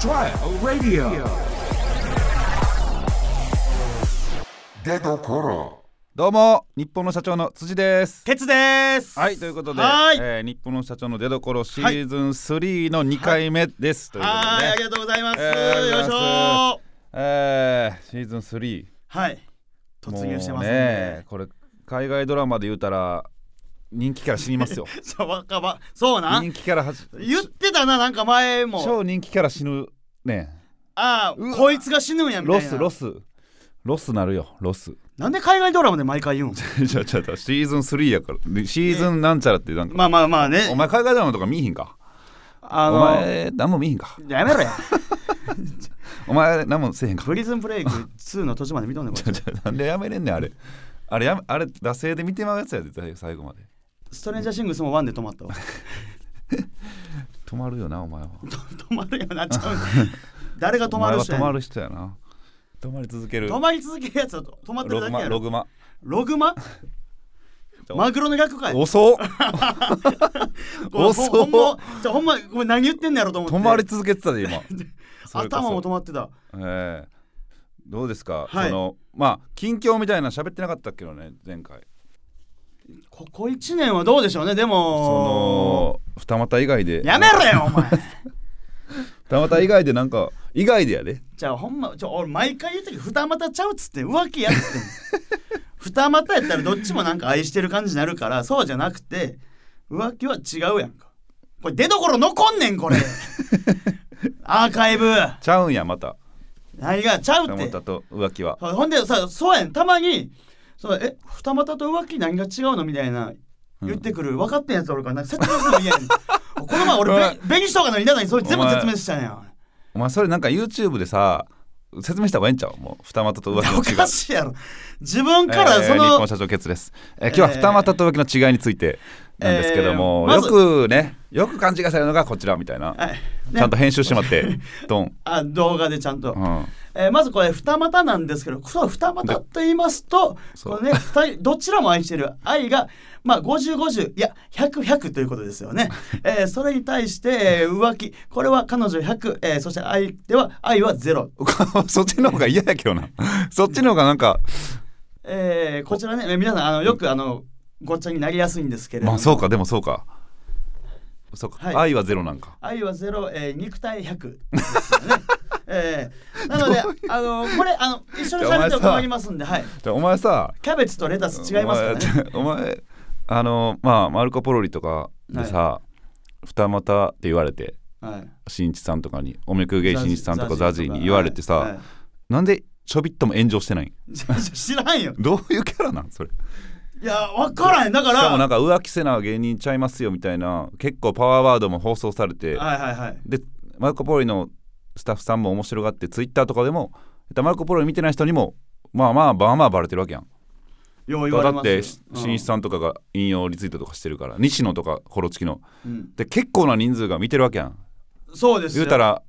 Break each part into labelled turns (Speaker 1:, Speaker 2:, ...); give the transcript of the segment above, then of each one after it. Speaker 1: trial radio 出どころ
Speaker 2: どうも日本の社長の辻です
Speaker 3: 鉄です。
Speaker 2: はいということで、
Speaker 3: はーい
Speaker 2: えー日本の社長の出所シーズン3の2回目です、ということ
Speaker 3: は
Speaker 2: で
Speaker 3: い、あ
Speaker 2: ね
Speaker 3: りがとうございます。
Speaker 2: えーあり
Speaker 3: よ
Speaker 2: が
Speaker 3: い
Speaker 2: とう
Speaker 3: し
Speaker 2: ご
Speaker 3: ょ
Speaker 2: ざえーシーズン3
Speaker 3: ー。はい。突入してます
Speaker 2: もう
Speaker 3: ね。
Speaker 2: これ海外ドラマで言うたら人気キャラ死に ますよ
Speaker 3: そうわかば、そうな。
Speaker 2: 人気キャラはじ
Speaker 3: 言ってたな、なんか前も。
Speaker 2: 超人気キャラ死ぬね
Speaker 3: あ
Speaker 2: うわ
Speaker 3: あ、こいつが死ぬんやみたい
Speaker 2: ロ
Speaker 3: な。
Speaker 2: スロスロスなるよロ ス
Speaker 3: なんで海外ドラマで毎回言うん。
Speaker 2: ちゃちゃちゃシーズン3やからシーズンなんちゃらってなんか、
Speaker 3: まあまあまあ
Speaker 2: お
Speaker 3: ね。
Speaker 2: 前海外ドラマとか見いひんか
Speaker 3: あ
Speaker 2: お
Speaker 3: の。
Speaker 2: 前何も見いひんか
Speaker 3: やめろや。
Speaker 2: お前何もせえへんか
Speaker 3: プリズンブレイク2の途中まで見とん ねんこいつ。
Speaker 2: ちょなんでやめれんねんあれあれやめあれ惰性で見てまうやつやで最最後まで
Speaker 3: ストレンジャーシングスもワンで止まったわ。
Speaker 2: 止まるよなお前は
Speaker 3: 止まるよなっちゃう。誰が止まる人
Speaker 2: お前は止ま
Speaker 3: やねん。
Speaker 2: る人やな止まり続ける
Speaker 3: 止まり続けるやつは止まってる
Speaker 2: ロ
Speaker 3: だ
Speaker 2: グ
Speaker 3: け
Speaker 2: マ
Speaker 3: や
Speaker 2: ロ
Speaker 3: ろ。
Speaker 2: グマ
Speaker 3: ログマ？マグロの逆かい。
Speaker 2: 遅っ
Speaker 3: こう
Speaker 2: 遅っ
Speaker 3: ほんまじゃあほんまごめん何言ってんのやろと思って
Speaker 2: 止まり続けてたで 今それこそ
Speaker 3: 頭も止まってた
Speaker 2: ええどうですか、
Speaker 3: はい
Speaker 2: そのまあ近況みたいなの喋ってなかったけどね前回
Speaker 3: ここ1年はどうでしょうねでも
Speaker 2: その二股以外で
Speaker 3: やめろよお前
Speaker 2: 二股以外でなんか以外でやで
Speaker 3: じゃあほんまちょ俺毎回言ってるけど二股ちゃうっつって浮気やっつってん 二股やったらどっちもなんか愛してる感じになるからそうじゃなくて浮気は違うやんかこれ出どころ残んね んこれアーカイブ
Speaker 2: ちゃうんやまた
Speaker 3: 何がちゃう
Speaker 2: 二
Speaker 3: って
Speaker 2: 股と浮気は
Speaker 3: ほんでさそうやんたまにそうえ二股と浮気何が違うのみたいな言ってくる、分かってんやつおるからなんか説明するの嫌や ねんこの前俺べ紅しとうがの稲田にそれ全部説明したんやん
Speaker 2: お前それなんか YouTube でさ説明した方がええんちゃうもう二股と浮気
Speaker 3: お
Speaker 2: の違い
Speaker 3: かしいやろ自分からそ
Speaker 2: えー日
Speaker 3: の
Speaker 2: 本、社長ケツです、えー今日は二股と浮気の違いについてなんですけども、
Speaker 3: えーまず
Speaker 2: よくねよく勘違いされるのがこちらみたいな、
Speaker 3: はい
Speaker 2: ちゃんと編集してもらって ドン、
Speaker 3: あ動画でちゃんと、
Speaker 2: うん、
Speaker 3: えーまずこれ二股なんですけどそう二股と言いますと
Speaker 2: そう
Speaker 3: これね二人どちらも愛してる愛がまあ5050いや100100ということですよ ね、えーそれに対して、えー浮気これは彼女100、えーそして相手は愛は0、
Speaker 2: そっちの方が嫌やけど なそっちの方がなんか
Speaker 3: えーこちらねえー皆さんあのよくあのごっちゃになりやすいんですけれども、
Speaker 2: まあそうかでもそうかそうか、
Speaker 3: はい
Speaker 2: 愛はゼロなんか
Speaker 3: 愛はゼロ、えー肉体100ですよね。 えーなので、あのこれあの一緒に喋っても困りますんで、はい。
Speaker 2: じゃあお前さ
Speaker 3: キャベツとレタス違いますからね。
Speaker 2: お前お前あのまあマルコ・ポロリとかでさ、二股って言われて
Speaker 3: はい。
Speaker 2: 新一さんとかにおめくげい新一さんとかザジー
Speaker 3: と
Speaker 2: に
Speaker 3: か
Speaker 2: 言われてさ、
Speaker 3: はいはい
Speaker 2: なんでちょびっとも炎上してないん
Speaker 3: 知ら んよ。
Speaker 2: どういうキャラなんそれし
Speaker 3: いや分からへんだから。
Speaker 2: かもなん
Speaker 3: か
Speaker 2: か浮気せな芸人ちゃいますよみたいな結構パワーワードも放送されて
Speaker 3: はいはいはい。
Speaker 2: でマルコ・ポロリのスタッフさんも面白がってツイッターとかでもマルコ・ポロリ見てない人にもまあまあまあまあバレてるわけやん
Speaker 3: よう言わ
Speaker 2: だ
Speaker 3: れ
Speaker 2: っ
Speaker 3: ますよ
Speaker 2: て新一さんとかが引用リツイートとかしてるから西野とかコロチキの
Speaker 3: うん
Speaker 2: で結構な人数が見てるわけやん
Speaker 3: うんそうです
Speaker 2: 言
Speaker 3: よ。
Speaker 2: うたら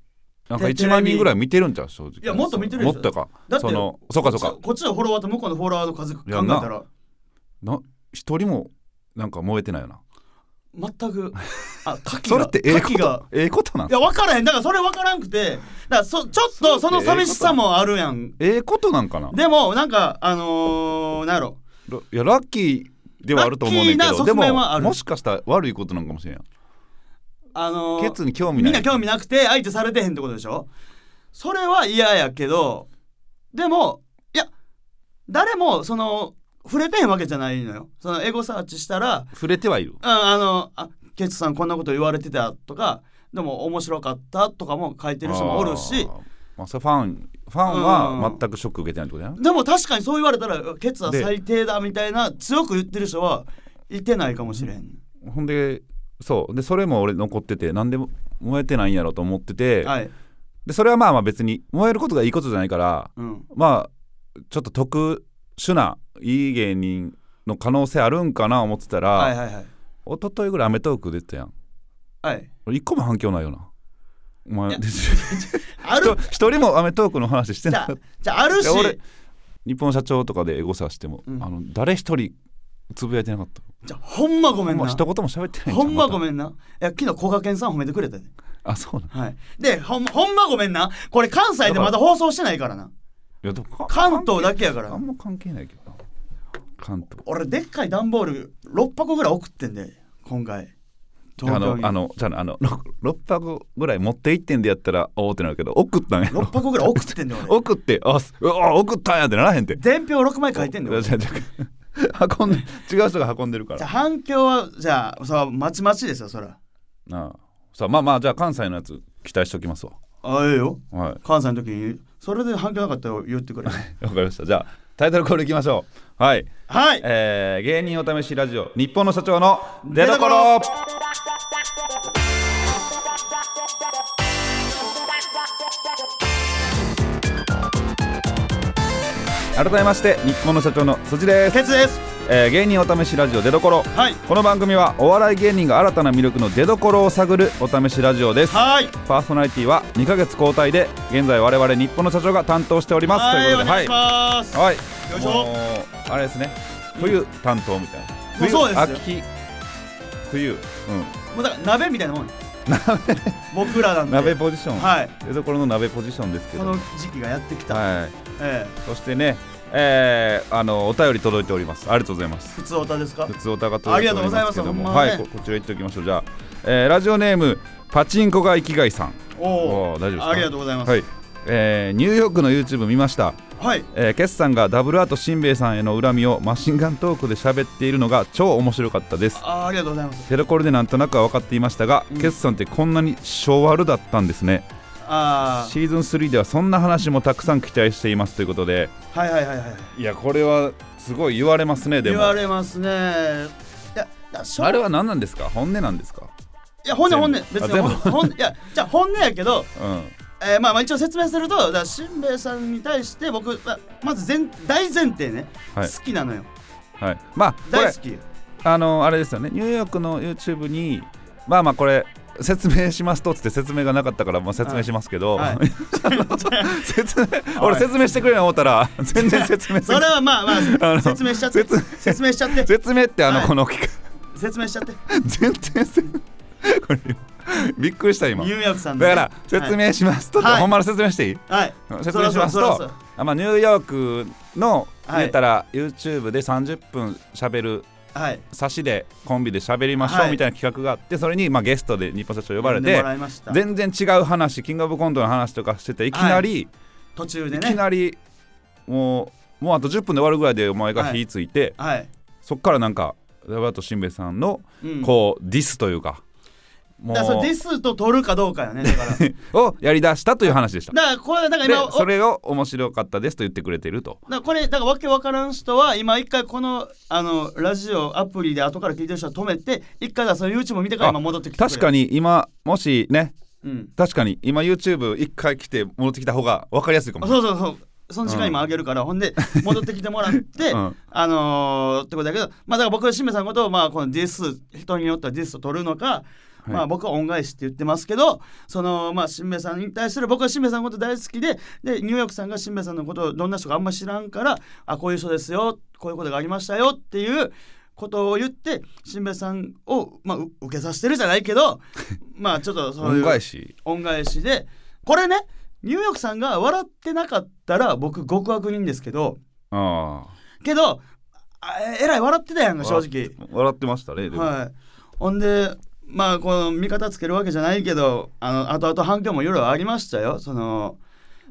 Speaker 2: なんか
Speaker 3: でテ
Speaker 2: 1
Speaker 3: レビ
Speaker 2: 万人ぐらい見てるんじゃう正直
Speaker 3: いやもっと見てるでし
Speaker 2: も
Speaker 3: ょ
Speaker 2: っとか
Speaker 3: だって
Speaker 2: そのそうかそうか
Speaker 3: こっちのフォロワーと向こうのフォロワーの数考え
Speaker 2: いやな
Speaker 3: たら
Speaker 2: な一人もなんか燃えてないよな
Speaker 3: 全 くあ牡蠣が
Speaker 2: それってええこ
Speaker 3: 牡蠣が
Speaker 2: とええことなん
Speaker 3: いや分からへんだからそれ分からんくてだからそちょっとその寂しさもあるやん
Speaker 2: ええことなんかな
Speaker 3: でもなんかあのー、なんやろ
Speaker 2: ラいやラッキーではあると思うねんけ
Speaker 3: ラッキー
Speaker 2: ど
Speaker 3: な
Speaker 2: で
Speaker 3: 側
Speaker 2: も
Speaker 3: 面はある
Speaker 2: もしかしたら悪いことなんかもしれんやん
Speaker 3: あのー
Speaker 2: ケツに興味
Speaker 3: み
Speaker 2: ない
Speaker 3: んな興味なくて相手されてへんってことでしょそれは嫌やけどでもいや誰もその触れてへんわけじゃないのよそのエゴサーチしたら
Speaker 2: 触れてはいる
Speaker 3: 「うんあのあケツさんこんなこと言われてた」とか「でも面白かった」とかも書いてる人もおるし
Speaker 2: あーまあそれファンファンは全くショック受けてないってことやな
Speaker 3: でも確かにそう言われたらケツは最低だみたいな強く言ってる人はいてないかもしれん。
Speaker 2: ほんでそうでそれも俺残っててなんで燃えてないんやろと思ってて、
Speaker 3: はい。
Speaker 2: でそれはまあまあ別に燃えることがいいことじゃないから
Speaker 3: うん。
Speaker 2: まあちょっと特殊ないい芸人の可能性あるんかな思ってたら、
Speaker 3: はいはいはい。
Speaker 2: 一昨日ぐらい『アメトーーク』出てたやん
Speaker 3: はい。
Speaker 2: 俺一個も反響ないよなお
Speaker 3: い
Speaker 2: 前
Speaker 3: や
Speaker 2: 一
Speaker 3: ある
Speaker 2: 人も『アメトーーク』の話して
Speaker 3: じ
Speaker 2: な
Speaker 3: ゃ
Speaker 2: かった
Speaker 3: じゃあるし
Speaker 2: いや俺日本の社長とかでエゴサしても、
Speaker 3: うん
Speaker 2: あの誰一人つぶやいてなかった
Speaker 3: じゃあほんまごめん
Speaker 2: ほんま
Speaker 3: な
Speaker 2: 一。言も喋ってない
Speaker 3: ほんまご
Speaker 2: ん
Speaker 3: めんな。いや昨日こがけんさん褒めてくれたで。
Speaker 2: あそうなんい
Speaker 3: はい、でほんほんまごめんなこれ関西でまだ放送してないからな
Speaker 2: やでもか
Speaker 3: 関東だけやから
Speaker 2: あんま関係ないけどな関東
Speaker 3: 俺でっかい段ボール6箱ぐらい送ってんで今回
Speaker 2: あ
Speaker 3: 東京
Speaker 2: の
Speaker 3: に
Speaker 2: あのじゃああの6箱ぐらい持って行ってんでやったらおおってなるけど送ったんやろ
Speaker 3: 6箱ぐらい送ってんで 俺
Speaker 2: 送ってあすうわ送ったんやってならへんって
Speaker 3: 伝票6枚書いてんで
Speaker 2: じゃ
Speaker 3: 俺
Speaker 2: あ
Speaker 3: じ
Speaker 2: じゃあ 運んで違う人が運んでるか
Speaker 3: ゃあ
Speaker 2: ら
Speaker 3: 反響はじゃあそうまちまちですよそら
Speaker 2: なあさあまあまあじゃあ関西のやつ期待しておきますわ
Speaker 3: ああええよ
Speaker 2: は
Speaker 3: 関西の時にそれで反響なかったら言ってくれ
Speaker 2: いわかりましたじゃあタイトルコールいきましょうはい
Speaker 3: はい
Speaker 2: えー芸人お試しラジオ日本の社長の出所改めまして日本の社長の辻です、
Speaker 3: 鉄です
Speaker 2: えー芸人お試しラジオ出所
Speaker 3: はい
Speaker 2: この番組はお笑い芸人が新たな魅力の出所を探るお試しラジオです
Speaker 3: はい
Speaker 2: パーソナリティは2ヶ月交代で現在我々日本の社長が担当しておりますと
Speaker 3: はいいうお
Speaker 2: ことで
Speaker 3: 願いします
Speaker 2: はい
Speaker 3: よいしょ
Speaker 2: もうあれですね冬担当みたいな冬
Speaker 3: そうですよ
Speaker 2: 秋冬うん
Speaker 3: もうだから鍋みたいな もん鍋僕らなんで
Speaker 2: 鍋ポジション、
Speaker 3: はい
Speaker 2: 出所の鍋ポジションですけ
Speaker 3: こ
Speaker 2: ど
Speaker 3: の時期がやってきた、
Speaker 2: はい
Speaker 3: え
Speaker 2: そしてねえー、あのお便り届いておりますありがとうございます
Speaker 3: え普通おたですか
Speaker 2: 普通おたが届いておりますけども、
Speaker 3: あり
Speaker 2: はい
Speaker 3: がと
Speaker 2: こ
Speaker 3: う
Speaker 2: こちら行っておきましょうじゃあ、えーラジオネームパチンコが生きがいさん
Speaker 3: お
Speaker 2: おー大丈夫ですか
Speaker 3: ありがとうございます
Speaker 2: はい、えーニューヨークの YouTube 見ました
Speaker 3: はい
Speaker 2: えー、決さんがダブルアートしんべヱさんへの恨みをマシンガントークで喋っているのが超面白かったです
Speaker 3: あーありがとうございます
Speaker 2: テレコレでなんとなくは分かっていましたが、
Speaker 3: うん
Speaker 2: 決さんってこんなに昭和るだったんですね
Speaker 3: あ
Speaker 2: シーズン3ではそんな話もたくさん期待していますということで
Speaker 3: あはいはいはいはい
Speaker 2: いやこれはすごい言われますねで
Speaker 3: 言
Speaker 2: も
Speaker 3: わ
Speaker 2: あ
Speaker 3: れますねいやだしょ
Speaker 2: れは何なんですか本音なんですか
Speaker 3: いや本音
Speaker 2: 全部
Speaker 3: 本音別
Speaker 2: あ
Speaker 3: に
Speaker 2: 全部
Speaker 3: 本本いやじゃあ本音やけど、
Speaker 2: う
Speaker 3: えーまあ、まあ一応説明するとだからしんべヱさんに対して僕まあまず前大前提ね、
Speaker 2: はい
Speaker 3: 好きなのよ
Speaker 2: んはいまあこ
Speaker 3: 大
Speaker 2: れ
Speaker 3: 好き
Speaker 2: あのあれですよねニューヨークの YouTube にまあまあこれ説明しますとっつって説明がなかったからもう説明しますけど、
Speaker 3: はい
Speaker 2: 説明
Speaker 3: おい
Speaker 2: 俺説明してくれるの思ったら全然説 明せ
Speaker 3: そ
Speaker 2: ん
Speaker 3: れはまあま
Speaker 2: あ
Speaker 3: あ
Speaker 2: の
Speaker 3: 説明しちゃって
Speaker 2: 説明
Speaker 3: 説明しちゃって
Speaker 2: 説明ってあの、
Speaker 3: はい
Speaker 2: この企
Speaker 3: 説明しちゃって
Speaker 2: 画全然せこれびっくりした今
Speaker 3: ニ
Speaker 2: だ
Speaker 3: ューヨークさんの
Speaker 2: か
Speaker 3: ね
Speaker 2: ら説明しますと、
Speaker 3: はい
Speaker 2: ほんまの説明していい
Speaker 3: はい、はい、
Speaker 2: 説明します
Speaker 3: そら
Speaker 2: と
Speaker 3: そらそら
Speaker 2: あ、まあ、ニューヨークの
Speaker 3: はい
Speaker 2: 言ったら YouTube で30分しゃべる
Speaker 3: そらはい
Speaker 2: 差しでコンビでしゃべりましょ
Speaker 3: は
Speaker 2: う
Speaker 3: い
Speaker 2: みたいな企画があってそれにまあゲストで日本社長呼ばれ
Speaker 3: 呼んで
Speaker 2: て
Speaker 3: もらいました
Speaker 2: 全然違う話キングオブコントの話とかしてていきなり、
Speaker 3: 途中で
Speaker 2: いき
Speaker 3: ね
Speaker 2: なりもうもうあと10分で終わるぐらいでお前が火ついて、
Speaker 3: はい、
Speaker 2: そっからなんかラバートしんべヱさんの
Speaker 3: うん、
Speaker 2: こう、ディスというかも
Speaker 3: だからそれディ
Speaker 2: う
Speaker 3: スと取るかどうかよねだから だか
Speaker 2: をやりだしたという話でした。
Speaker 3: らこれだから
Speaker 2: で
Speaker 3: 今お
Speaker 2: それを面白かったですと言ってくれていると。
Speaker 3: だからこれだからわけわからん人は今一回このあのラジオアプリで後から聞いてる人は止めて一回だからその YouTube を見てから
Speaker 2: あ
Speaker 3: 今戻ってきてくれ
Speaker 2: 確かに今もしね
Speaker 3: に、うん、
Speaker 2: 確かに今 YouTube 一回来て戻ってきた方が分かりやすいかもし
Speaker 3: そうそうそうその時間今あげるから、ほんで戻ってきてもらっ て、
Speaker 2: うん
Speaker 3: あのー、ってことだけどまあだから僕はしめさんのことをまあこのディス人によってはディスを取るのか、
Speaker 2: い
Speaker 3: まあ僕は恩返しって言ってますけどそのまあしめさんに対する僕はしめさんのこと大好きででニューヨークさんがしめさんのことをどんな人かあんま知らんからあこういう人ですよこういうことがありましたよっていうことを言ってしめさんを、まあ、う受けさせてるじゃないけ どまあちょっと
Speaker 2: れ
Speaker 3: そう
Speaker 2: ない。
Speaker 3: いう
Speaker 2: 恩返し
Speaker 3: 恩返しでこれねニューヨークさんが笑ってなかったら僕極悪人ですけど
Speaker 2: ああ
Speaker 3: けどあええらい笑ってたやんか正直
Speaker 2: 笑ってましたね。でも
Speaker 3: はいほんでまあこの味方つけるわけじゃないけどあの後々反響もいろいろありましたよその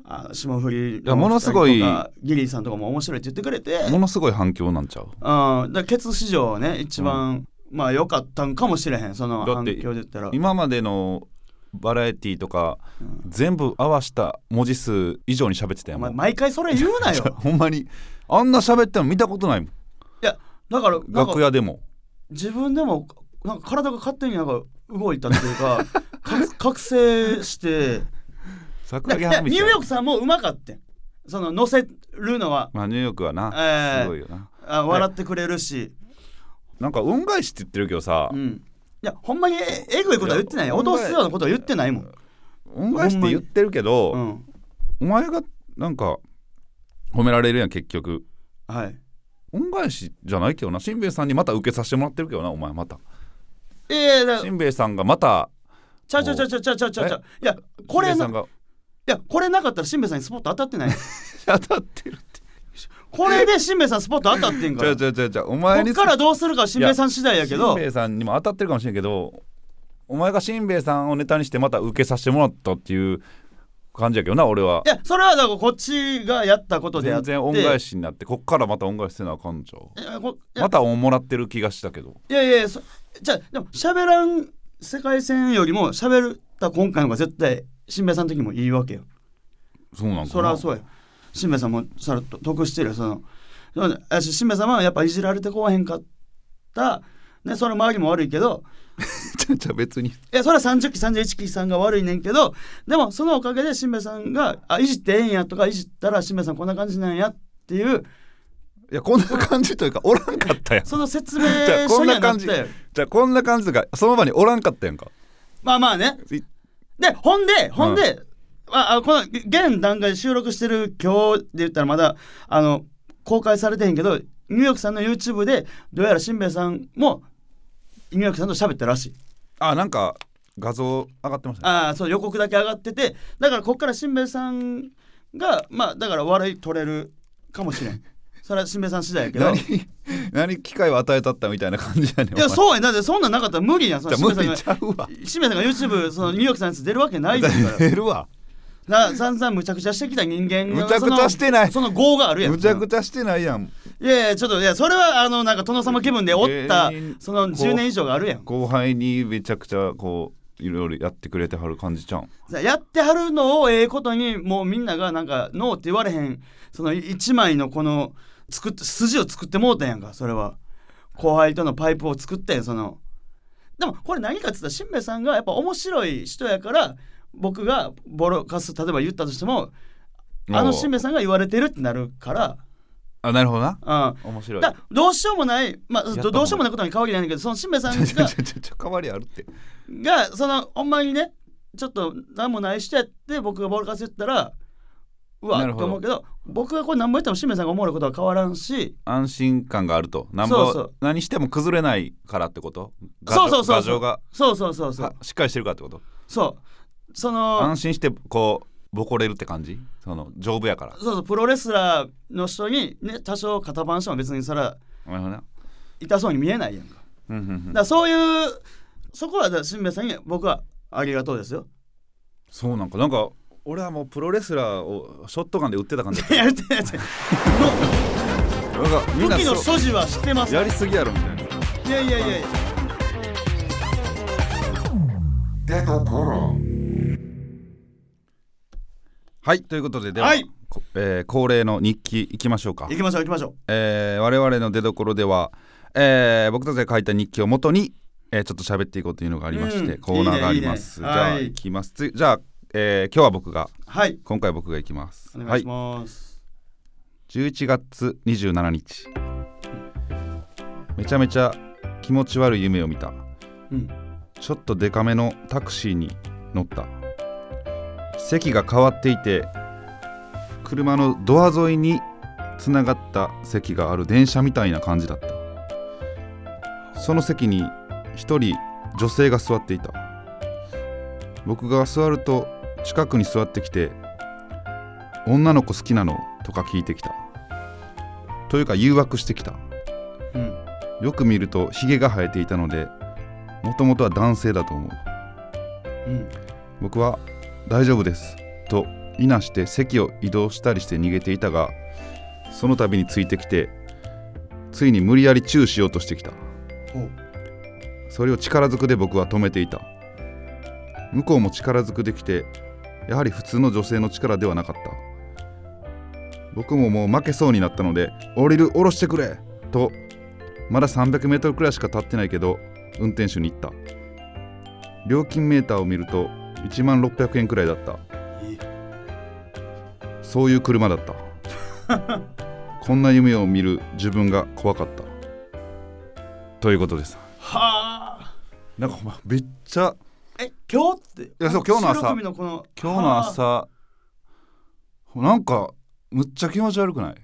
Speaker 3: あ霜降り
Speaker 2: いやものすごい
Speaker 3: とかギリーさんとかも面白いって言ってくれて
Speaker 2: ものすごい反響なんちゃう
Speaker 3: うんだからケツ史上ね一番、まあ良かったんかもしれへんその
Speaker 2: だっ
Speaker 3: 反
Speaker 2: て
Speaker 3: 響で言ったら
Speaker 2: 今までのバラエティとか、
Speaker 3: うん
Speaker 2: 全部合わした文字数以上に喋ってたや
Speaker 3: お
Speaker 2: ん
Speaker 3: 前
Speaker 2: もう
Speaker 3: 毎回それ言 うなよ
Speaker 2: ほんまにあんな喋ってんの見たことないもん
Speaker 3: いやだからなんか
Speaker 2: 楽屋でも
Speaker 3: 自分でもなんか体が勝手になんか動いたってい うかか覚醒して
Speaker 2: 桜
Speaker 3: で
Speaker 2: 木
Speaker 3: で
Speaker 2: 花道
Speaker 3: ニューヨークさんもうまかってんその乗せるのは
Speaker 2: まあニューヨークはな、
Speaker 3: えー
Speaker 2: すごいよな
Speaker 3: あ笑ってくれるし、
Speaker 2: なんか恩返しって言ってるけどさ、
Speaker 3: うん、いやほんまにええぐいことは言ってないよ
Speaker 2: いや
Speaker 3: 落とすようなことは言ってないもん、
Speaker 2: 恩返しって言ってるけど、
Speaker 3: うん
Speaker 2: お前がなんか褒められるやん結局
Speaker 3: はい、
Speaker 2: 恩返しじゃないけどなしんべヱさんにまた受けさせてもらってるけどなお前また
Speaker 3: ええだ
Speaker 2: しんべヱさんがまた
Speaker 3: ちゃうちゃうちゃうちゃうちゃうちゃうちゃうちゃういやこれ
Speaker 2: ヒデ
Speaker 3: な
Speaker 2: さ
Speaker 3: い
Speaker 2: んが
Speaker 3: やこれなかったらしんべヱさんにスポット当たってない
Speaker 2: 当たってるって
Speaker 3: これでしんべヱさんスポット当たってん か
Speaker 2: ちゃ
Speaker 3: ら
Speaker 2: うちゃうちゃうちゃうお
Speaker 3: こ
Speaker 2: 前
Speaker 3: っ
Speaker 2: に
Speaker 3: からどうするかはしんべヱさん次第やけ
Speaker 2: し
Speaker 3: ど
Speaker 2: んべヱさんにも当たってるかもしれんけどお前がしんべヱさんをネタにしてまた受けさせてもらったっていう感じやけどな俺はい
Speaker 3: やそれはだからこっちがやったことであっ
Speaker 2: 全
Speaker 3: て
Speaker 2: 然恩返しになってこっからまた恩返しせなあかんじゃう
Speaker 3: いやこいや
Speaker 2: また恩もらってる気がしたけど
Speaker 3: いやいやそじゃあでも喋らん世界戦よりも喋った今回の方が絶対しんべヱさんの時もいいわけよ
Speaker 2: そうなんかな
Speaker 3: そりゃそうやしんべヱさんもさらっと得してるよそのそうねあししんべヱさんはやっぱいじられてこうへんかったねそれ周りも悪いけど
Speaker 2: ちゃうちゃう別に
Speaker 3: いやそれは30期31期さんが悪いねんけどでもそのおかげでしんべヱさんがあいじってええんやとかいじったらしんべヱさんこんな感じなんやっていう
Speaker 2: いやこんな感じというかおらんかったやん
Speaker 3: その説明
Speaker 2: じゃあ
Speaker 3: 書
Speaker 2: こん
Speaker 3: に
Speaker 2: な
Speaker 3: はなっ
Speaker 2: 感じ
Speaker 3: たよ
Speaker 2: じゃあこんな感じとかその場におらんかったやんか
Speaker 3: まあまあね
Speaker 2: い
Speaker 3: でほんでほんで、ああこの現段階で収録してる今日で言ったらまだあの公開されてへんけどニューヨークさんの YouTube でどうやらしんべヱさんもニューヨークさんと喋ったらしい
Speaker 2: あなんか画像上がってましたね
Speaker 3: ああそう予告だけ上がっててだからこっからしんべヱさんがまあだから笑い取れるかもし れんそれはしんべヱさん次第やけど
Speaker 2: 何何機会を与えたったみたいな感じやねん
Speaker 3: いや
Speaker 2: お前
Speaker 3: そうやだってそんなんなかったら無理やんその
Speaker 2: じゃあ無
Speaker 3: しんべ
Speaker 2: 理
Speaker 3: ヱ
Speaker 2: ち
Speaker 3: さん
Speaker 2: ゃうわ
Speaker 3: がしんべヱさんが YouTube そのニューヨークさんのやつ出るわけな いですから
Speaker 2: 出るわ
Speaker 3: な散々むちゃくちゃしてきた人間が
Speaker 2: むちゃくちゃしてない
Speaker 3: そのその業があるやん
Speaker 2: むちゃくちゃしてないやん
Speaker 3: いやいやちょっといやそれはあのなんか殿様気分でおった
Speaker 2: 芸人
Speaker 3: その10年以上があるやん
Speaker 2: 後輩にめちゃくちゃこういろいろやってくれてはる感じちゃうん
Speaker 3: さやってはるのをええことにもうみんながなんかノーって言われへんその一枚のこの作っ筋を作ってもうたんやんかそれは後輩とのパイプを作ってそのでもこれ何かっつったらしんべヱさんがやっぱ面白い人やから僕がボロカス例えば言ったとしてもあのしんべヱさんが言われてるってなるから
Speaker 2: あなるほどな
Speaker 3: うん
Speaker 2: 面白い
Speaker 3: だどうしようもない、まあ、
Speaker 2: った
Speaker 3: どどうしようもないことに変わりないんだけどそのしんべヱさん
Speaker 2: ちょ
Speaker 3: が
Speaker 2: ちょちょちょ変わりあるって
Speaker 3: がそのほんまにねちょっと何もない人やって僕がボールカス言ったらうわ
Speaker 2: なる
Speaker 3: っ
Speaker 2: ほ
Speaker 3: と
Speaker 2: ど
Speaker 3: 思うけど僕がこれ何も言ってもしんべヱさんが思うことは変わらんし
Speaker 2: 安心感があるとなんぼ
Speaker 3: そうそう
Speaker 2: 何しても崩れないからってこと画
Speaker 3: そうそうそう
Speaker 2: 画像が
Speaker 3: そうそうそうそう
Speaker 2: はしっかりしてるからってこと
Speaker 3: そうその
Speaker 2: 安心してこうボコれるって感じその丈夫やから
Speaker 3: そうそうプロレスラーの人にね多少肩パンしても別にそれは
Speaker 2: なるほどな
Speaker 3: 痛そうに見えないやんかだか
Speaker 2: うんうんうん
Speaker 3: らそういうそこはだからしんべヱさんに僕はありがとうです よ
Speaker 2: そうなんかなんか俺はもうプロレスラーをショットガンで撃ってた感じだっ
Speaker 3: いや言ってない
Speaker 2: たなんかみん
Speaker 3: 武
Speaker 2: な
Speaker 3: 器の
Speaker 2: そう
Speaker 3: 所持は知ってます
Speaker 2: やりすぎやろみたいない
Speaker 3: やいやいやいや
Speaker 1: 出どころ
Speaker 2: はいということででは、
Speaker 3: はい
Speaker 2: こえー恒例の日記いきましょうか
Speaker 3: 行きましょう行きましょう
Speaker 2: えー我々の出どころでは、えー僕たちが書いた日記をもとに、えーちょっと喋っていこうというのがありまして、
Speaker 3: うん
Speaker 2: コーナーがあります
Speaker 3: いいねいいね
Speaker 2: じゃあ、
Speaker 3: はい
Speaker 2: い、きますついじゃあ、えー今日は僕が
Speaker 3: はい
Speaker 2: 今回僕がいきます
Speaker 3: お願いし
Speaker 2: はい、
Speaker 3: ます、
Speaker 2: 11月27日めちゃめちゃ気持ち悪い夢を見た
Speaker 3: うん
Speaker 2: ちょっとデカめのタクシーに乗った席が変わっていて車のドア沿いにつながった席がある電車みたいな感じだったその席に一人女性が座っていた僕が座ると近くに座ってきて「女の子好きなの?」とか聞いてきたというか誘惑してきた
Speaker 3: うん
Speaker 2: よく見るとヒゲが生えていたのでもともとは男性だと思う
Speaker 3: うん
Speaker 2: 僕は「大丈夫です」といなして席を移動したりして逃げていたがその度についてきてついに無理やりチューしようとしてきた
Speaker 3: ほう
Speaker 2: それを力ずくで僕は止めていた向こうも力ずくできてやはり普通の女性の力ではなかった僕ももう負けそうになったので「降りる降ろしてくれ!」とまだ 300m くらいしか経ってないけど運転手に言った料金メーターを見ると1万600円くらいだった
Speaker 3: え
Speaker 2: そういう車だった こんな夢を見る自分が怖かったということです
Speaker 3: はあ
Speaker 2: なんかほんまめっちゃ
Speaker 3: え今日ってい
Speaker 2: やそう今日の朝
Speaker 3: 収録日のこの
Speaker 2: 今日の朝なんかむっちゃ気持ち悪くない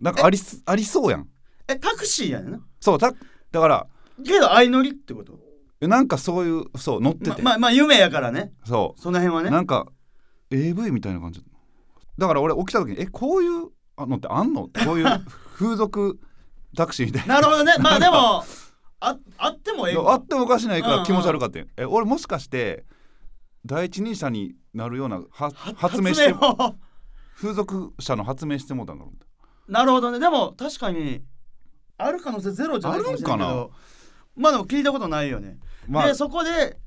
Speaker 2: なんかありすありそうやん
Speaker 3: えタクシーやねんな
Speaker 2: そうただから
Speaker 3: けど相乗りってこと
Speaker 2: なんかそういうそう乗って
Speaker 3: ま
Speaker 2: て、
Speaker 3: まあまあ夢やからね
Speaker 2: そ
Speaker 3: その辺は
Speaker 2: う、
Speaker 3: ね
Speaker 2: なんか AV みたいな感じだから俺起きた時にえこういうあのってあんのこういう 風俗タクシーみたいな
Speaker 3: なるほどねまあでもああってもええ
Speaker 2: あってもおかしないか
Speaker 3: うんう
Speaker 2: ら
Speaker 3: ん
Speaker 2: 気持ち悪かったよ、え俺もしかして第一人者になるようなは発明して
Speaker 3: 発明を
Speaker 2: 風俗者の発明してもうたんだろう
Speaker 3: なるほどねでも確かにある可能性ゼロじゃないかもしれないけ
Speaker 2: あるん
Speaker 3: どまあでも聞いたことないよね、
Speaker 2: まあ
Speaker 3: でそこで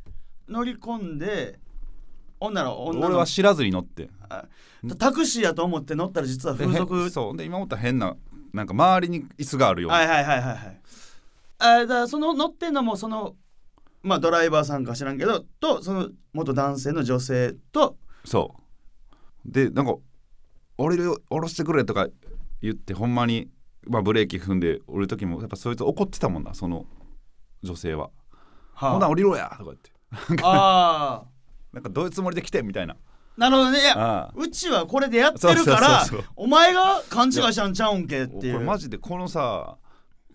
Speaker 3: 乗り込んで女の女の
Speaker 2: 俺は知らずに乗って
Speaker 3: あタクシーやと思って乗ったら実は
Speaker 2: で
Speaker 3: 風
Speaker 2: へ
Speaker 3: 俗
Speaker 2: そうで今思ったら変ななんか周りに椅子があるような、
Speaker 3: はいはいはいはいはいあーだからその乗ってんのもそのまあドライバーさんか知らんけどとその元男性の女性と
Speaker 2: そうでなんか「俺を降ろしてくれ」とか言ってほんまに、まあ、ブレーキ踏んで降りる時もやっぱそいつ怒ってたもんなその女性は「ほな
Speaker 3: あ
Speaker 2: 降りろや!」とか言って
Speaker 3: あ
Speaker 2: 「なんかどういうつもりで来て」みたいな
Speaker 3: ーなるほどねいや
Speaker 2: ああ
Speaker 3: うちはこれでやってるから
Speaker 2: そうそうそうそう
Speaker 3: お前が勘違いしたんちゃうんけっていう
Speaker 2: これマジでこのさ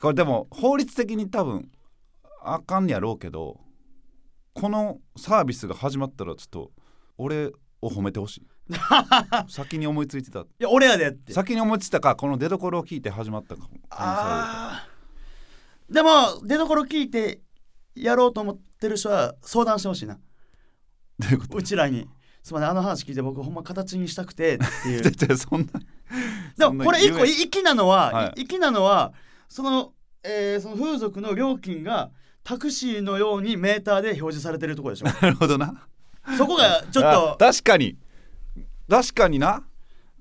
Speaker 2: これでも法律的に多分あかんやろうけどこのサービスが始まったらちょっと俺を褒めてほ しい先に思いついてた
Speaker 3: いや俺やでって
Speaker 2: 先に思いついたかこの出所を聞いて始まったかも
Speaker 3: あーでも出所聞いてやろうと思ってる人は相談してほしいな
Speaker 2: どういうこ
Speaker 3: うちらにすみませんあの話聞いて僕ほんま形にしたくてっ ていう
Speaker 2: とじゃあそんな
Speaker 3: で
Speaker 2: そんな
Speaker 3: もこれ一個
Speaker 2: 言え
Speaker 3: 粋なのは、
Speaker 2: はい
Speaker 3: 粋なのはその,、えーその風俗の料金がタクシーのようにメーターで表示されてるとこ ろでしょ
Speaker 2: なるほどな
Speaker 3: そこがちょ
Speaker 2: あ
Speaker 3: っと
Speaker 2: 確かに確かにな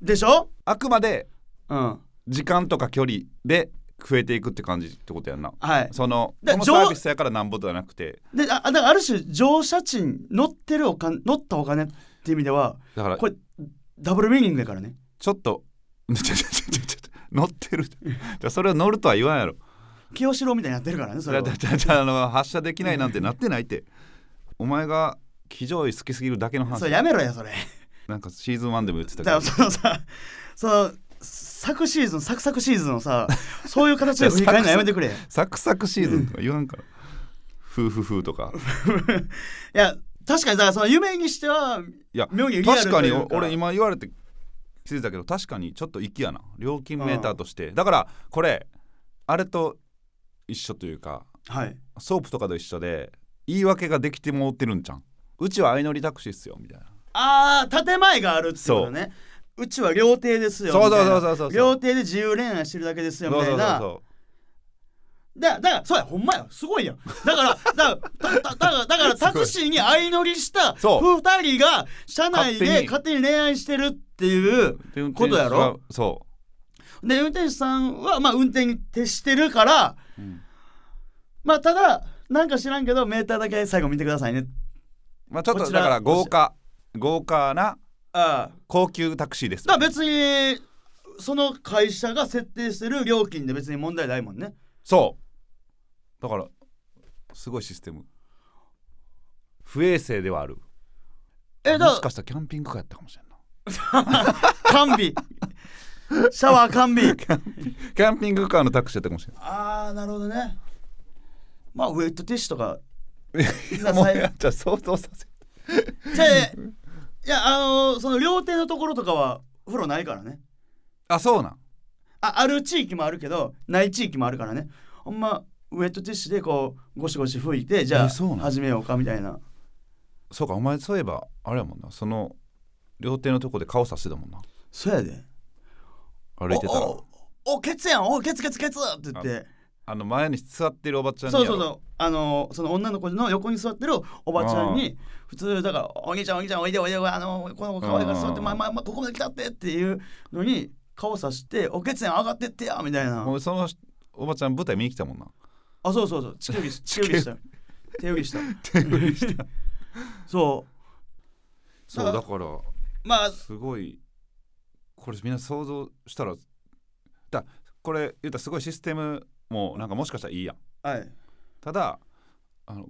Speaker 3: でしょ
Speaker 2: あくまで
Speaker 3: うん
Speaker 2: 時間とか距離で増えていくって感じってことやんな
Speaker 3: はい
Speaker 2: その
Speaker 3: で
Speaker 2: この
Speaker 3: 上
Speaker 2: サービスやからなんぼじゃなくて
Speaker 3: であだからある種乗車賃乗ってるお金乗ったお金っていう意味では
Speaker 2: だから
Speaker 3: これダブルミーニングだからね
Speaker 2: ちょっとちょちょちょちょちょ乗ってるじゃあそれを乗るとは言わんやろ
Speaker 3: 清志郎みたいになってるからねそ
Speaker 2: そ
Speaker 3: れ
Speaker 2: れ
Speaker 3: は
Speaker 2: はじゃあじゃああの発射できないなんてなってないってお前が騎乗位好きすぎるだけの
Speaker 3: そ
Speaker 2: 話
Speaker 3: れやめろやそれ
Speaker 2: なんかシーズン1でも言ってた
Speaker 3: だ
Speaker 2: け
Speaker 3: か
Speaker 2: ど
Speaker 3: らそのさその昨シーズン昨々シーズンのさそういう形で振り返るのやめてくれ い
Speaker 2: サクサクシーズンとか言わんから夫婦風とか
Speaker 3: や確かにさその夢にしてはい
Speaker 2: や
Speaker 3: 妙にリアル
Speaker 2: 確か
Speaker 3: とい
Speaker 2: に
Speaker 3: う
Speaker 2: お俺今言われて気づいたけど確かにちょっと粋やな料金メーターとして、だからこれあれと一緒というか
Speaker 3: はい
Speaker 2: ソープとかと一緒で言い訳ができてもうてるんじゃんうちは相乗りタクシーっすよみたいな
Speaker 3: ああ建前があるってことねうちは料亭ですよみ
Speaker 2: そ
Speaker 3: た
Speaker 2: う
Speaker 3: いな
Speaker 2: そうそうそうそう
Speaker 3: 料亭で自由恋愛してるだけですよみ
Speaker 2: そう
Speaker 3: た
Speaker 2: そ
Speaker 3: い
Speaker 2: そ
Speaker 3: う
Speaker 2: う
Speaker 3: な
Speaker 2: そ
Speaker 3: だだからそうやほんまやすごいやんだからだからだだだか らだからタクシーに相乗りした
Speaker 2: そう
Speaker 3: 二人が車内で勝
Speaker 2: 勝
Speaker 3: 手に恋愛してるっていう
Speaker 2: うで運
Speaker 3: ことやろ
Speaker 2: 転手がそ
Speaker 3: で運転手さんはまあ運転に徹してるから
Speaker 2: う、うん
Speaker 3: まあただなんか知らんけどメーターだけ最後見てくださいね
Speaker 2: まあ、ちょっ
Speaker 3: ことちら
Speaker 2: だから豪華豪華な
Speaker 3: ああ
Speaker 2: 高級タクシーです
Speaker 3: だから別にその会社が設定してる料金で別に問題ないもんね
Speaker 2: そうだからすごいシステム不衛生ではある
Speaker 3: え
Speaker 2: も
Speaker 3: だ
Speaker 2: しかしたらキャンピングカーやったかもしれんな
Speaker 3: 完 備シャワー完備
Speaker 2: キャンピングカーのタクシーやったかもしれ
Speaker 3: ああなるほどねまあウェットティッシュとか
Speaker 2: ないもうやっちゃう想像させ
Speaker 3: じゃあいやあのーその料亭のところとかはお風呂ないからね
Speaker 2: あそうなん
Speaker 3: あある地域もあるけどない地域もあるからねほんまウェットティッシュでこうゴシゴシ拭いてじゃあ
Speaker 2: えそうなん
Speaker 3: 始めようかみたいな
Speaker 2: そうかお前そういえばあれやもんなその両手のとこで顔さしてたもんな
Speaker 3: そやで
Speaker 2: 歩いてたら
Speaker 3: おおおケツやんおケツケツケツって言って
Speaker 2: あの前に座ってるおばちゃんに
Speaker 3: そうそう
Speaker 2: やろ
Speaker 3: そうあのーその女の子の横に座ってるおばちゃんに普通だから「お兄ちゃんお兄ちゃんおいでおいであのーこの子可愛いから座って
Speaker 2: うん
Speaker 3: まあまあまあここまで来たって」っていうのに顔さして「おケツやん上がってってや」みたいな
Speaker 2: もうそのおばちゃん舞台見に来たもんな
Speaker 3: あそうそうそう地球 儀し手売りした手売りした
Speaker 2: 手振りした
Speaker 3: そ
Speaker 2: そうだから
Speaker 3: うまあ
Speaker 2: すごいこれみんな想像したらだこれ言ったらすごいシステムもなんかもしかしたらいいやん
Speaker 3: はい
Speaker 2: ただあの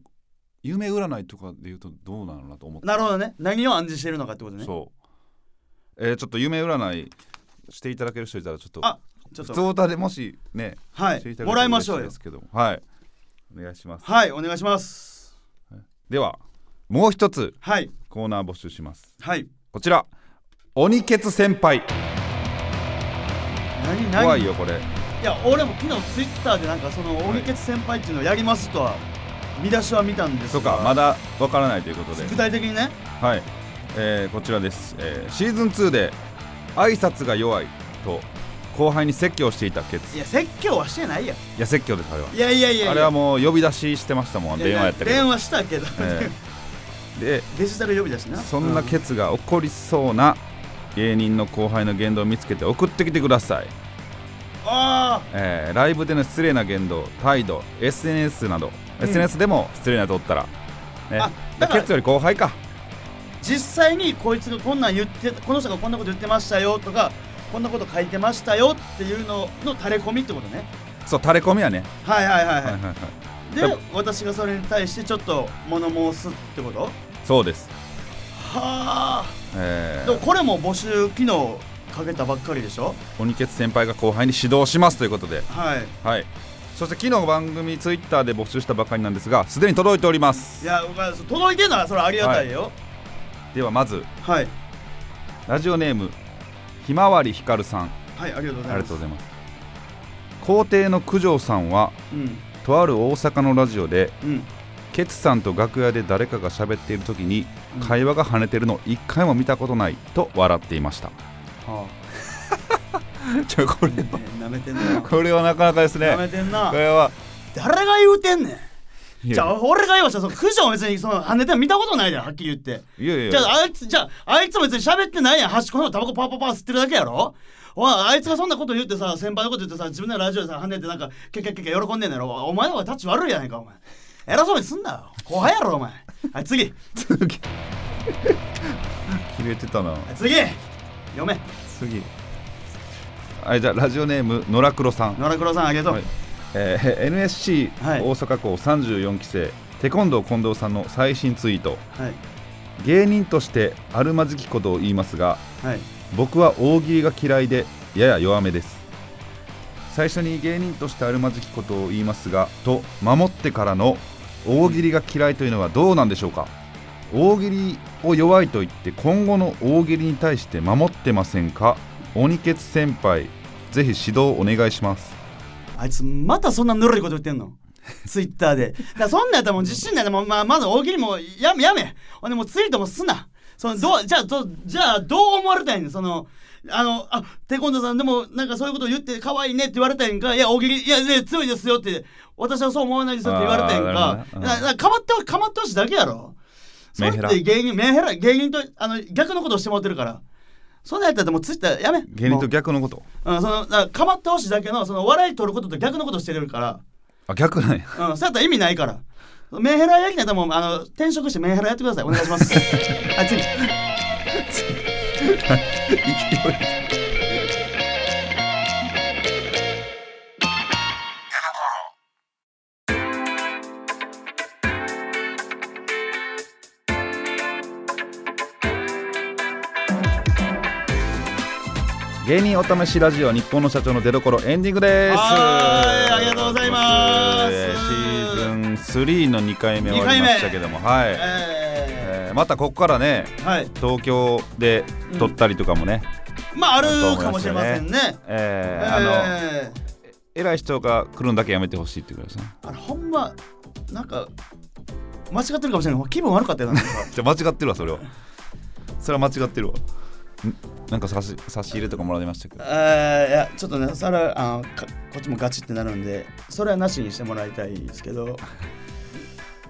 Speaker 2: 夢占いとかで言うとどうなのなと思って
Speaker 3: なるほどね何を暗示してるのかってことね
Speaker 2: そうえーちょっと夢占いしていただける人いたらちょっと
Speaker 3: あちょっ
Speaker 2: 普
Speaker 3: と
Speaker 2: 通歌でもしね
Speaker 3: は
Speaker 2: してい
Speaker 3: い
Speaker 2: ただけたら
Speaker 3: もらいましょう
Speaker 2: 嬉
Speaker 3: よ
Speaker 2: ですけどもはいお願いします
Speaker 3: はいお願いします
Speaker 2: ではもう一つ
Speaker 3: はい
Speaker 2: コーナー募集します
Speaker 3: はい
Speaker 2: こちら鬼ケツ先輩
Speaker 3: 何何
Speaker 2: 怖いよこれ
Speaker 3: いや俺も昨日ツイッターでなんかその鬼ケツ先輩っていうのをやりますとは見出しは見たんです
Speaker 2: と
Speaker 3: が
Speaker 2: かまだわからないということで
Speaker 3: 具体的にね
Speaker 2: はい、えーこちらです、えーシーズン2で挨拶が弱いと後輩に説教していたケツ
Speaker 3: いや説教はしてないやん
Speaker 2: いや説教ですあれはい
Speaker 3: やいやいやいや
Speaker 2: あれはもう呼び出ししてましたもん
Speaker 3: いやい
Speaker 2: 電話やったけど
Speaker 3: 電話したけど、
Speaker 2: えーで
Speaker 3: デジタル呼び出しな
Speaker 2: そんなケツが怒りそうな芸人の後輩の言動を見つけて送ってきてください、
Speaker 3: あ
Speaker 2: えーライブでの失礼な言動態度 SNS など、
Speaker 3: うん
Speaker 2: SNS でも失礼なとったら、ね
Speaker 3: あだから
Speaker 2: ケツより後輩か
Speaker 3: あ実際にこいつがこんなん言ってこの人がこんなこと言ってましたよとかこんなこと書いてましたよっていうのの垂れ込みってことね
Speaker 2: そう垂れ込みやね、
Speaker 3: はいはいはい
Speaker 2: はい
Speaker 3: は
Speaker 2: はいはい、
Speaker 3: いで私がそれに対してちょっと物申すってことは
Speaker 2: そうです、
Speaker 3: あ
Speaker 2: えー
Speaker 3: でもこれも募集機能かけたばっかりでしょ
Speaker 2: 鬼ケツ先輩が後輩に指導しますということで、
Speaker 3: はい
Speaker 2: はい、そして昨日番組ツイッターで募集したばかりなんですがすでに届いておりま
Speaker 3: い
Speaker 2: す
Speaker 3: や僕は届いてんならそれありがたいよ
Speaker 2: ではまず
Speaker 3: はい
Speaker 2: ラジオネームひまわりひかるさんあ
Speaker 3: はい、ありがとうご
Speaker 2: り
Speaker 3: ざい
Speaker 2: が
Speaker 3: ます
Speaker 2: とうございます皇帝の九条さんは
Speaker 3: うん
Speaker 2: とある大阪のラジオで
Speaker 3: うん
Speaker 2: ケツさんと楽屋で誰かが喋っている時に
Speaker 3: うん
Speaker 2: 会話が跳ねてるの一回も見たことないと笑っていました、
Speaker 3: は
Speaker 2: ちょこれ
Speaker 3: あ、ねえ、舐めてん な
Speaker 2: これはなかなかです
Speaker 3: 舐
Speaker 2: ね
Speaker 3: めてん
Speaker 2: こ
Speaker 3: な
Speaker 2: れは
Speaker 3: 誰が言うてんね
Speaker 2: い
Speaker 3: んじゃ
Speaker 2: や
Speaker 3: あ俺が言わしたその九条別にその跳ねて見たことないではっきり言って
Speaker 2: いやいや
Speaker 3: じゃああいつじゃああいつも別に喋ってないやん端っこのタバコパーパーパー吸ってるだけやろおいあいつがそんなこと言ってさ先輩のこと言ってさ自分のラジオでさ跳ねてなんかケケケケ喜んでんねやろお前の方がタッチ悪いやないかお前偉そうにすんなよ後輩やろお前はい次
Speaker 2: 切れてたな
Speaker 3: はい次読め
Speaker 2: 次はいじゃあラジオネーム野良黒さん、
Speaker 3: 野良黒さんあげとう、
Speaker 2: はいえー NSC
Speaker 3: はい
Speaker 2: 大阪校34期生、テコンドー近藤さんの最新ツイート
Speaker 3: はい
Speaker 2: 芸人としてあるまじきことを言いますが
Speaker 3: はい
Speaker 2: 僕は大喜利が嫌いでやや弱めです最初に芸人としてあるまじきことを言いますがと守ってからの大喜利が嫌いというのはどうなんでしょうか大喜利を弱いと言って今後の大喜利に対して守ってませんか鬼ツ先輩ぜひ指導お願いします
Speaker 3: あいつまたそんなぬるいこと言って んのツイッターで。だからそんなんやったらもう自信ないでもう、まあ、まず大喜利もやめやめ。ほんでもうツイートもすな。そのど うじゃあどじゃあどう思われたいねんそのあのあテコンドーさんでもなんかそういうこと言って可愛いねって言われたいんかいや大喜利いやいや強いですよって私はそう思わないですよって言われたいんか
Speaker 2: あーなるほどねうん
Speaker 3: だからかまってほかまってほしいだけやろそれ
Speaker 2: メ
Speaker 3: っ
Speaker 2: ンヘラ
Speaker 3: て芸人メンヘラ芸人とあの逆のことをしてもらってるからそんなんやったらもうツイッターやめ
Speaker 2: 芸人
Speaker 3: も
Speaker 2: と
Speaker 3: う
Speaker 2: 逆のこと
Speaker 3: うん、そのだからかまってほしいだけのその笑い取ることと逆のことしてるか
Speaker 2: あ逆なんや
Speaker 3: ら、うん、そうやったら意味ないからメンヘラやりたいともうあの転職してメンヘラやってくださいお願いしますあ次
Speaker 2: 芸人お試しラジオ日本の社長の出所エンディングです
Speaker 3: はーいありがとうございます
Speaker 2: えーシーズン3の2回目終わりましたけどもはい、
Speaker 3: え
Speaker 2: えーまたここからね
Speaker 3: ー、はい
Speaker 2: 東京で撮ったりとかもね、
Speaker 3: まああるかもしれませんね
Speaker 2: え
Speaker 3: え
Speaker 2: ーあの
Speaker 3: ー
Speaker 2: 偉い人が来るんだけやめてほしいってことですね
Speaker 3: あれほんまなんか間違ってるかもしれない気分悪かったよなんか
Speaker 2: じゃあ間違ってるわそれはそれは間違ってるわんなんか差し差し入れとかもらいましたけど
Speaker 3: えー、いやちょっとねそれはあのかこっちもガチってなるんでそれはなしにしてもらいたいですけど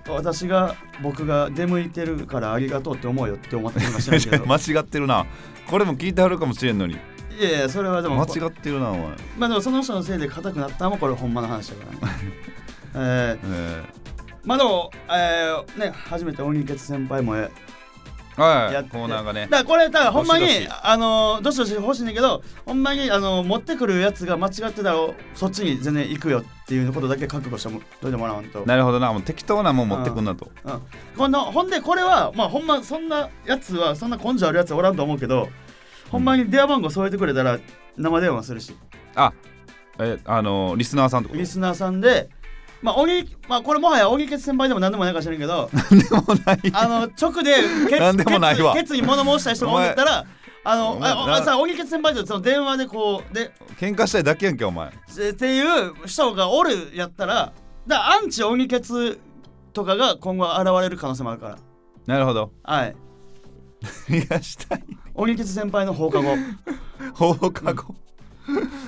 Speaker 3: 私が僕が出向いてるからありがとうって思うよって思ってるかもしれないけど
Speaker 2: 間違ってるなこれも聞いてはるかもしれんのに
Speaker 3: いやいやそれはでも
Speaker 2: 間違ってるなお前、
Speaker 3: まあでもその人のせいで硬くなったのもこれほんまの話だからねえー
Speaker 2: えー
Speaker 3: まあでも、えーね、初めて鬼ケツ先輩もや
Speaker 2: はい、
Speaker 3: やって
Speaker 2: コーナーがね
Speaker 3: だからこれだからほんまに
Speaker 2: どしどし
Speaker 3: あのどしどし欲しいんだけどほんまにあの持ってくるやつが間違ってたらそっちに全然行くよっていうことだけ覚悟してもどいてもらわんと
Speaker 2: なるほどなもう適当なもん持ってくんなと
Speaker 3: うん、このほんでこれは、まあ、ほんまそんなやつはそんな根性あるやつはおらんと思うけどほんまに電話番号添えてくれたら生電話するし
Speaker 2: あえあのリスナーさんとか
Speaker 3: リスナーさんでまあ小木まあこれもはや小木決先輩でも何でもないかもしれん けど
Speaker 2: でもない
Speaker 3: あの直でケツ
Speaker 2: 何でもないわ
Speaker 3: ケツケツに物申した人がおんだったらあの
Speaker 2: お前
Speaker 3: あお
Speaker 2: な
Speaker 3: 前さ小木決先輩とその電話でこうで
Speaker 2: 喧嘩したいだけやんけお前
Speaker 3: えっていう人がおるやったらだアンチ鬼ツとかが今後現れる可能性もあるから
Speaker 2: なるほど
Speaker 3: はい
Speaker 2: いやしたい
Speaker 3: 鬼ツ先輩の放課後
Speaker 2: 放課後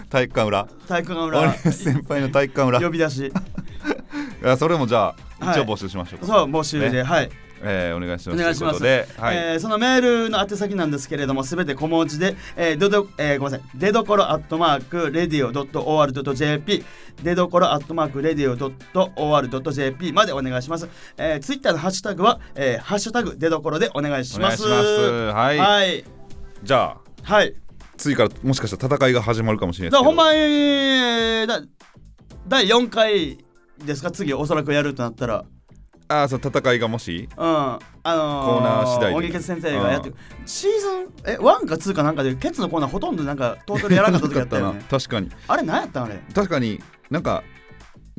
Speaker 2: 体育館裏
Speaker 3: 体育館
Speaker 2: 俺
Speaker 3: 裏
Speaker 2: 先輩の体育館裏
Speaker 3: 呼び出し
Speaker 2: いやそれもじゃあ
Speaker 3: は
Speaker 2: 一
Speaker 3: い
Speaker 2: 応募集しましょうか、
Speaker 3: そう募集で、
Speaker 2: ね
Speaker 3: はい
Speaker 2: えーお願いします
Speaker 3: お願いします
Speaker 2: ということで、はい
Speaker 3: えーそのメールの宛先なんですけれども、すべて小文字で、えーどどえーごめんなさい、出どころアットマーク、レディオ .or.jp、出どころアットマーク、レディオ .or.jp までお願いします。えー、ツイッターのハッシュタグは、えーハッシュタグ出どころでお願いします。
Speaker 2: お願いしますはい
Speaker 3: はい。
Speaker 2: じゃあ
Speaker 3: はい
Speaker 2: 次からもしかしたら戦いが始まるかもしれ
Speaker 3: だ
Speaker 2: な
Speaker 3: か
Speaker 2: い
Speaker 3: ら
Speaker 2: です
Speaker 3: ほ
Speaker 2: け
Speaker 3: ん
Speaker 2: ど
Speaker 3: まに、えーだ第4回ですか、次おそらくやるとなったら。
Speaker 2: ああそう戦いがもし
Speaker 3: うん、あの
Speaker 2: コーナー次第で
Speaker 3: 大木先生がやってるシーズンえ1か2かなんかでケツのコーナーほとんどなんかトータルやらなかった時やったよね
Speaker 2: 確かに
Speaker 3: あれ何やったんあれ
Speaker 2: 確かになんか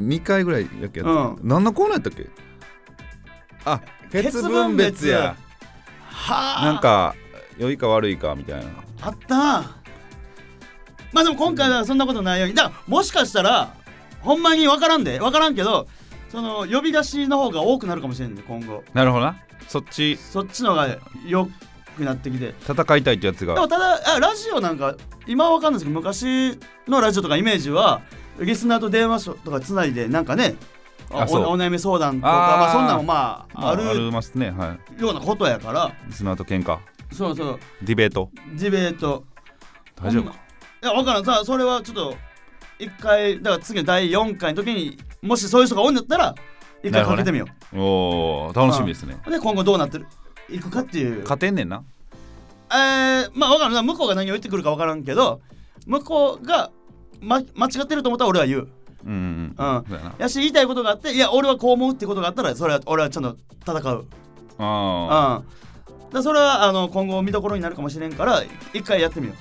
Speaker 2: 2回ぐらいやっけ、
Speaker 3: うん
Speaker 2: 何のコーナーやったっけあ
Speaker 3: 血
Speaker 2: 血
Speaker 3: 分
Speaker 2: 分
Speaker 3: 別
Speaker 2: 別
Speaker 3: や
Speaker 2: や
Speaker 3: はあ
Speaker 2: なんか良いか悪いかみたいな
Speaker 3: あったなまあでも今回はそんなことないようにだからもしかしたらほんまに分からんで分からんけどその呼び出しの方が多くなるかもしれんね今後
Speaker 2: なるほどなそっち
Speaker 3: そっちの方が良くなってきて
Speaker 2: 戦いたいってやつ
Speaker 3: でも
Speaker 2: が
Speaker 3: ただあラジオなんか今は分かんないですけど昔のラジオとかイメージはリスナーと電話とかつないでなんかねあ
Speaker 2: あそう
Speaker 3: おお悩み相談とか
Speaker 2: あー
Speaker 3: まあ、そんなんもまあ、
Speaker 2: ま
Speaker 3: あ、
Speaker 2: ああり
Speaker 3: る
Speaker 2: ますねは
Speaker 3: ようなことやから
Speaker 2: いその後喧嘩
Speaker 3: そうそう
Speaker 2: ディベート
Speaker 3: ディベート
Speaker 2: 大丈夫か
Speaker 3: いや分からんさそれはちょっと一回だから次の第4回の時にもしそういう人が多いんだったら一
Speaker 2: な
Speaker 3: 回
Speaker 2: るほ
Speaker 3: か
Speaker 2: どね
Speaker 3: けてみよ
Speaker 2: おお楽しみですね
Speaker 3: う、で今後どうなってるいくかっていう
Speaker 2: 勝てんねんな
Speaker 3: えー、まあ分からんな向こうが何を言ってくるか分からんけど向こうが、ま、間違ってると思ったら俺は言う
Speaker 2: うんうん
Speaker 3: うん
Speaker 2: そうやな
Speaker 3: やし言いたいことがあっていや俺はこう思うってことがあったらそれは俺はちゃんと戦ううん
Speaker 2: あ
Speaker 3: だからそれはあの今後見どころになるかもしれんから一回やってみよ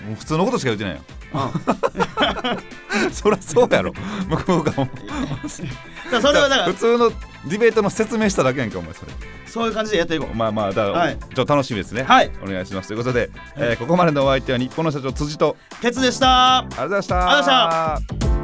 Speaker 2: あもう普通のことしか言ってないよ
Speaker 3: う、うん、だか
Speaker 2: そりゃそうや ろ向こうがもう
Speaker 3: らそれはだか
Speaker 2: 普
Speaker 3: ら
Speaker 2: 通のディベートの説明しただけやんけお前それ
Speaker 3: そういう感じでやっていこう
Speaker 2: まあまあだから、
Speaker 3: はい
Speaker 2: ちょっと楽しみですね
Speaker 3: はい
Speaker 2: お願いしますということで、えーここまでのお相手は日本の社長辻と
Speaker 3: ケツでした
Speaker 2: ありがとうございました
Speaker 3: ありがとうございま
Speaker 2: した